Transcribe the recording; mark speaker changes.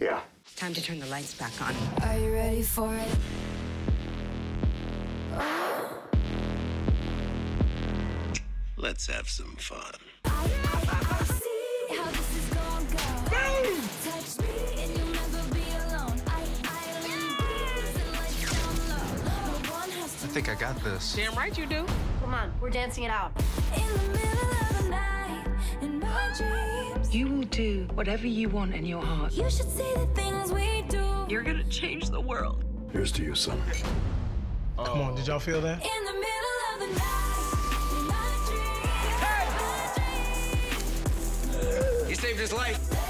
Speaker 1: Yeah.
Speaker 2: Time to turn the lights back on.
Speaker 3: Are you ready for it?
Speaker 4: Let's have some fun.
Speaker 5: I think I got this.
Speaker 6: Damn right you do.
Speaker 7: Come on, we're dancing it out.
Speaker 2: You will do whatever you want in your heart.
Speaker 3: You should see the things we do.
Speaker 2: You're gonna change the world.
Speaker 1: Here's to you, son.
Speaker 8: Come on, did y'all feel that?
Speaker 3: In the middle of the night, in my dreams, my dreams.
Speaker 4: He saved his life.